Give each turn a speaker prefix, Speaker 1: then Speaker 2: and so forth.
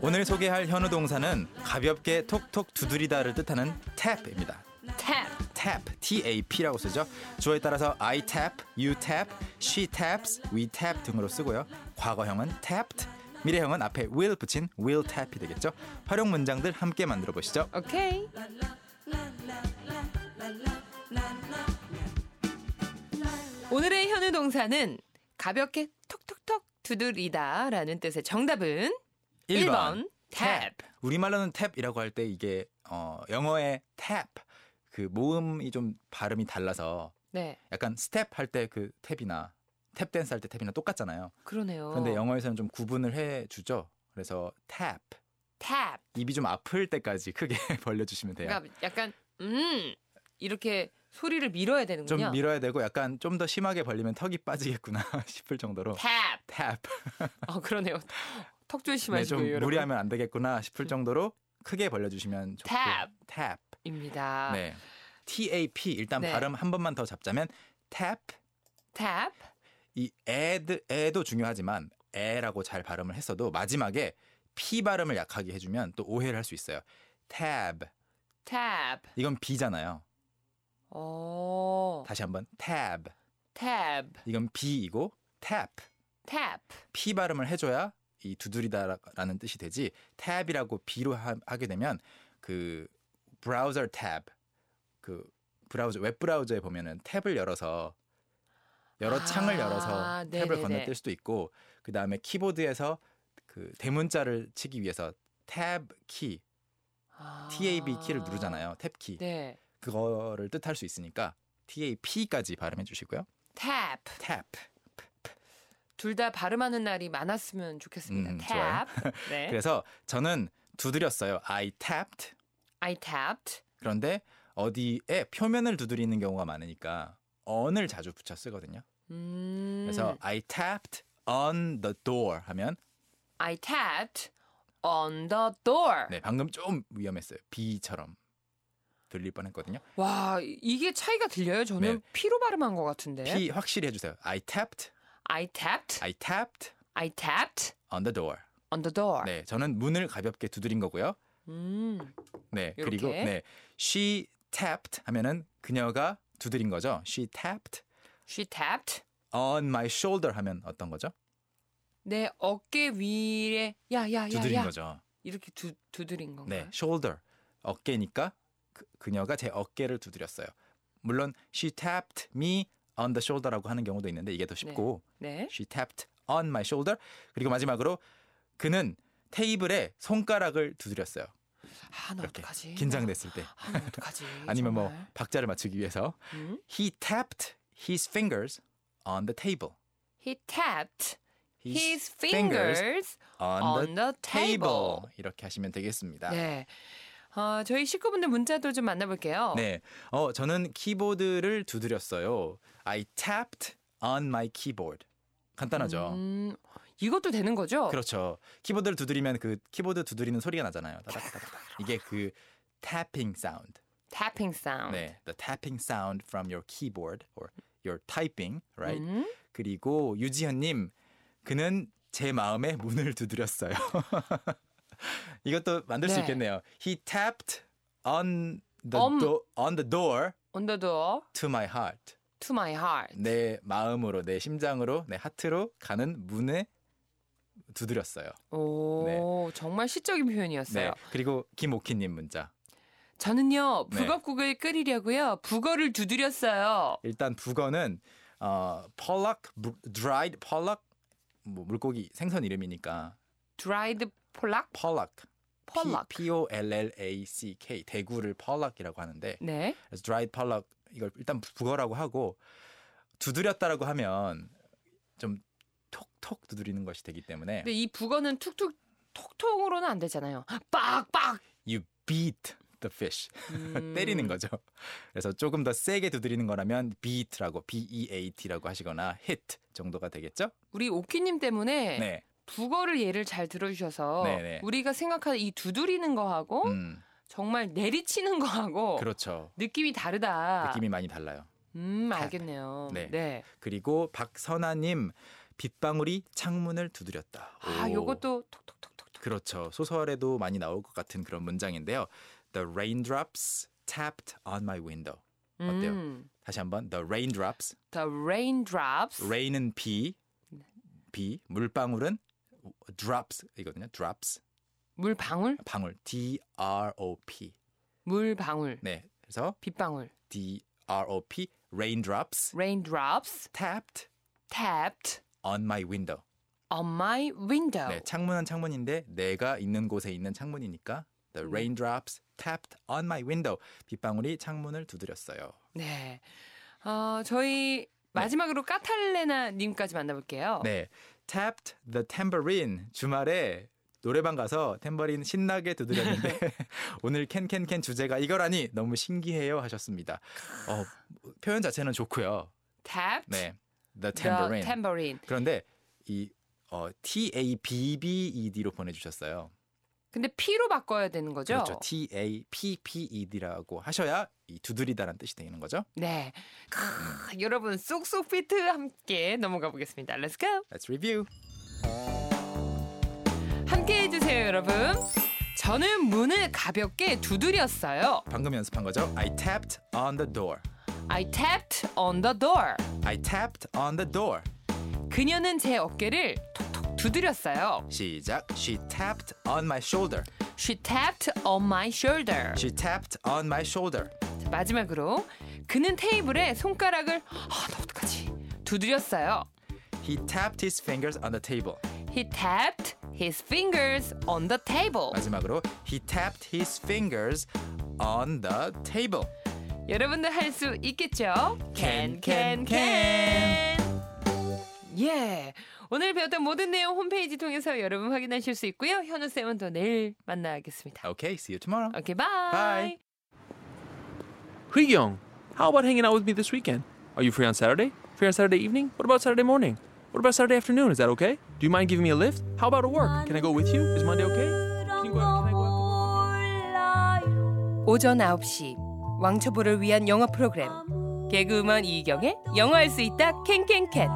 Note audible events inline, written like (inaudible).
Speaker 1: 오늘 소개할 현우 동사는 가볍게 톡톡 두드리다를 뜻하는 탭입니다.
Speaker 2: 탭.
Speaker 1: tap, tap라고 쓰죠. 주어에 따라서 I tap, you tap, she taps, we tap 등으로 쓰고요. 과거형은 tapped, 미래형은 앞에 will 붙인 will tap이 되겠죠. 활용 문장들 함께 만들어 보시죠.
Speaker 2: 오케이. 오늘의 현우 동사는 가볍게 톡톡톡 두드리다라는 뜻의 정답은 일 번, tap.
Speaker 1: 우리말로는 탭이라고 할 때 이게 어, 영어의 tap 그 모음이 좀 발음이 달라서
Speaker 2: 네
Speaker 1: 약간 스텝 할 때 그 탭이나 탭 댄스 할 때 탭이나 똑같잖아요.
Speaker 2: 그러네요.
Speaker 1: 그런데 영어에서는 좀 구분을 해 주죠. 그래서 tap
Speaker 2: 탭.
Speaker 1: 입이 좀 아플 때까지 크게 (laughs) 벌려 주시면 돼요.
Speaker 2: 그러니까 약간 음 이렇게 소리를 밀어야 되는군요.
Speaker 1: 좀 밀어야 되고 약간 좀 더 심하게 벌리면 턱이 빠지겠구나 (laughs) 싶을 정도로
Speaker 2: 탭.
Speaker 1: 탭.
Speaker 2: 어 그러네요. 턱
Speaker 1: 네, 좀
Speaker 2: 조심하시고요, 여러분.
Speaker 1: 무리하면 안 되겠구나 싶을 정도로 크게 벌려 주시면 좋고.
Speaker 2: 탭.
Speaker 1: 탭.
Speaker 2: 입니다.
Speaker 1: 네. TAP 일단
Speaker 2: 아. 네.
Speaker 1: 발음 한 번만 더 잡자면 탭.
Speaker 2: 탭.
Speaker 1: 이 에드 에도 중요하지만 에라고 잘 발음을 했어도 마지막에 P 발음을 약하게 해 주면 또 오해를 할 수 있어요. 탭.
Speaker 2: 탭.
Speaker 1: 이건 B잖아요.
Speaker 2: 어.
Speaker 1: 다시 한번 탭.
Speaker 2: 탭.
Speaker 1: 이건 B이고 탭.
Speaker 2: 탭.
Speaker 1: P 발음을 해줘야 이 두드리다라는 뜻이 되지 탭이라고 B로 하, 게 되면 그 브라우저 탭 그 브라우저 웹 브라우저에 보면은 탭을 열어서 여러
Speaker 2: 아,
Speaker 1: 창을 열어서 탭을
Speaker 2: 네네네.
Speaker 1: 건너뛸 수도 있고 그 다음에 키보드에서 그 대문자를 치기 위해서 탭 키,
Speaker 2: 아.
Speaker 1: TAB 키를 누르잖아요. 탭 키.
Speaker 2: 네.
Speaker 1: 그거를 뜻할 수 있으니까 TAP까지 발음해 주시고요.
Speaker 2: 탭.
Speaker 1: 탭.
Speaker 2: 둘 다 발음하는 날이 많았으면 좋겠습니다.
Speaker 1: 음, 좋아요.
Speaker 2: 탭.
Speaker 1: (laughs)
Speaker 2: 네.
Speaker 1: 그래서 저는 두드렸어요. I tapped.
Speaker 2: I tapped.
Speaker 1: 그런데 어디에 표면을 두드리는 경우가 많으니까 on을 자주 붙여 쓰거든요.
Speaker 2: 음.
Speaker 1: 그래서 I tapped on the door 하면
Speaker 2: I tapped on the door.
Speaker 1: 네 방금 좀 위험했어요. B처럼 들릴 뻔했거든요.
Speaker 2: 와, 이게 차이가 들려요? 저는
Speaker 1: 네.
Speaker 2: P로 발음한 것 같은데.
Speaker 1: P 확실히 해주세요. I tapped,
Speaker 2: I tapped.
Speaker 1: I tapped
Speaker 2: I tapped
Speaker 1: on the door.
Speaker 2: on the door.
Speaker 1: 네, 저는 문을 가볍게 두드린 거고요.
Speaker 2: 음.
Speaker 1: 네, 그리고
Speaker 2: 요렇게.
Speaker 1: 네, she tapped 하면은 그녀가 두드린 거죠. She tapped
Speaker 2: She tapped.
Speaker 1: on my shoulder 하면 어떤 거죠?
Speaker 2: 내 어깨 위에 야야야야
Speaker 1: 두드린 거죠.
Speaker 2: 이렇게 두, 두드린 건가요?
Speaker 1: 네, shoulder 어깨니까 그, 그녀가 제 어깨를 두드렸어요. 물론 she tapped me on the shoulder라고 하는 경우도 있는데 이게 더 쉽고
Speaker 2: 네.
Speaker 1: she tapped on my shoulder 그리고 마지막으로 그는 테이블에 손가락을 두드렸어요.
Speaker 2: 아, 나
Speaker 1: 이렇게
Speaker 2: 어떡하지?
Speaker 1: 긴장됐을 때
Speaker 2: 아, 나 어떡하지?
Speaker 1: (laughs) 아니면 뭐
Speaker 2: 정말.
Speaker 1: 박자를 맞추기 위해서
Speaker 2: 음?
Speaker 1: he tapped his fingers on the table.
Speaker 2: He tapped his,
Speaker 1: fingers
Speaker 2: fingers
Speaker 1: on,
Speaker 2: on
Speaker 1: the
Speaker 2: the table.
Speaker 1: table 이렇게 하시면 되겠습니다.
Speaker 2: 네. 어, 저희 식구분들 문자도 좀 만나볼게요.
Speaker 1: 네. 어, 저는 키보드를 두드렸어요. I tapped on my keyboard. 간단하죠.
Speaker 2: 음, 이것도 되는 거죠?
Speaker 1: 그렇죠. 키보드를 두드리면 그 키보드 두드리는 소리가 나잖아요. 따닥따닥. 이게 그 tapping sound.
Speaker 2: Tapping sound.
Speaker 1: 네. The tapping sound from your keyboard or your typing, right?
Speaker 2: 음?
Speaker 1: 그리고 유지현 님, 그는 제 마음의 문을 두드렸어요. (laughs) 이것도 만들 수
Speaker 2: 네.
Speaker 1: 있겠네요. He tapped on the
Speaker 2: 엄.
Speaker 1: do- on the door
Speaker 2: On the door
Speaker 1: to my heart.
Speaker 2: to my heart.
Speaker 1: 내 마음으로 내 심장으로 내 하트로 가는 문에 두드렸어요.
Speaker 2: 오, 정말 시적인
Speaker 1: 네.
Speaker 2: 표현이었어요.
Speaker 1: 그리고 김옥희 님 문자.
Speaker 2: 저는요,
Speaker 1: 네.
Speaker 2: 북어국을 끓이려고요, 북어를 두드렸어요.
Speaker 1: 일단 북어는 어 펄락 dried 펄락 뭐 물고기 생선 이름이니까
Speaker 2: Dried 폴락?
Speaker 1: 펄락
Speaker 2: 펄락.
Speaker 1: P O L L A C K 대구를 펄락이라고 하는데
Speaker 2: 네.
Speaker 1: 그래서 dried 펄락 이걸 일단 북어라고 하고 두드렸다라고 하면 좀 톡톡 두드리는 것이 되기 때문에
Speaker 2: 근데 이 북어는 툭툭 톡톡으로는 안 되잖아요. 빡빡.
Speaker 1: you beat the fish (laughs)
Speaker 2: 음,
Speaker 1: 때리는 거죠. 그래서 조금 더 세게 두드리는 거라면 beat라고 b e a t라고 하시거나 hit 정도가 되겠죠?
Speaker 2: 우리 오키님 때문에
Speaker 1: 네.
Speaker 2: 북어를 예를 잘 들어주셔서
Speaker 1: 네, 네.
Speaker 2: 우리가 생각하는 이 두드리는 거하고
Speaker 1: 음,
Speaker 2: 정말 내리치는 (laughs) 거하고
Speaker 1: 그렇죠.
Speaker 2: 느낌이 다르다.
Speaker 1: 느낌이 많이 달라요.
Speaker 2: 음, 알겠네요.
Speaker 1: 네.
Speaker 2: 네.
Speaker 1: 그리고 박선아님 빗방울이 창문을 두드렸다.
Speaker 2: 아,
Speaker 1: 오.
Speaker 2: 요것도 톡톡톡톡톡.
Speaker 1: 그렇죠. 소설에도 많이 나올 것 같은 그런 문장인데요. The raindrops tapped on my window. 어때요?
Speaker 2: 음.
Speaker 1: 다시 한번 The raindrops.
Speaker 2: The raindrops.
Speaker 1: Rain은 비, 비 물방울은 drops 이거든요. drops
Speaker 2: 물방울?
Speaker 1: 방울 D R O P.
Speaker 2: 물방울.
Speaker 1: 네. 그래서
Speaker 2: 빗방울.
Speaker 1: D R O P raindrops
Speaker 2: Raindrops
Speaker 1: tapped
Speaker 2: tapped
Speaker 1: on my window.
Speaker 2: on my window.
Speaker 1: 네, 창문은 창문인데 내가 있는 곳에 있는 창문이니까 The raindrops tapped on my window. 빗방울이 창문을 두드렸어요.
Speaker 2: 네. 어, 저희 마지막으로 까탈레나 님까지 만나볼게요.
Speaker 1: 네. tapped the tambourine. 주말에 노래방 가서 탬버린 신나게 두드렸는데 오늘 캔캔캔 주제가 이거라니 너무 신기해요 하셨습니다. 어, 표현 자체는 좋고요.
Speaker 2: tapped
Speaker 1: 네. the
Speaker 2: the
Speaker 1: tambourine.
Speaker 2: tambourine.
Speaker 1: 그런데 이 어, T A B B E D로 보내 주셨어요.
Speaker 2: 근데 P로 바꿔야 되는 거죠?
Speaker 1: 그렇죠. T A P P E D라고 하셔야 이 두드리다라는 뜻이 되는 거죠.
Speaker 2: 네.
Speaker 1: 음.
Speaker 2: 크, 여러분 쏙쏙 피트 함께 넘어가 보겠습니다. Let's go.
Speaker 1: Let's review.
Speaker 2: 함께 해주세요, 여러분. 저는 문을 가볍게 두드렸어요.
Speaker 1: 방금 연습한 거죠. I tapped on the door.
Speaker 2: I tapped on the door.
Speaker 1: I tapped on the door.
Speaker 2: 그녀는 제 어깨를 톡톡 두드렸어요.
Speaker 1: 시작. She tapped on my shoulder.
Speaker 2: She tapped on my shoulder.
Speaker 1: She tapped on my shoulder.
Speaker 2: 자, 마지막으로 그는 테이블에 손가락을 아, 나 어떡하지? 두드렸어요.
Speaker 1: He tapped his fingers on the table.
Speaker 2: He tapped his fingers on the table.
Speaker 1: 마지막으로 he tapped his fingers on the table.
Speaker 2: 여러분도 할 수 있겠죠?
Speaker 1: 캔, 캔,
Speaker 2: 캔, 캔, 캔. 예. 오늘 배웠던 모든 내용 홈페이지 통해서 여러분 확인하실 수 있고요. 현우 쌤은 또 내일 만나겠습니다.
Speaker 1: Okay, see you tomorrow.
Speaker 2: 오케이, 바이.
Speaker 1: 바이.
Speaker 3: Young, how about hanging out with me this weekend? Are you free on Saturday? Free on Saturday evening? What about Saturday morning? What about Saturday afternoon? Is that okay? Do you mind giving me a lift? How about at work? Can I go with you? Is Monday okay? Can you go out? Can I go out?
Speaker 2: 오전 9시 왕초보를 위한 영어 프로그램 개그우먼 이경의 영어할 수 있다 캔캔캔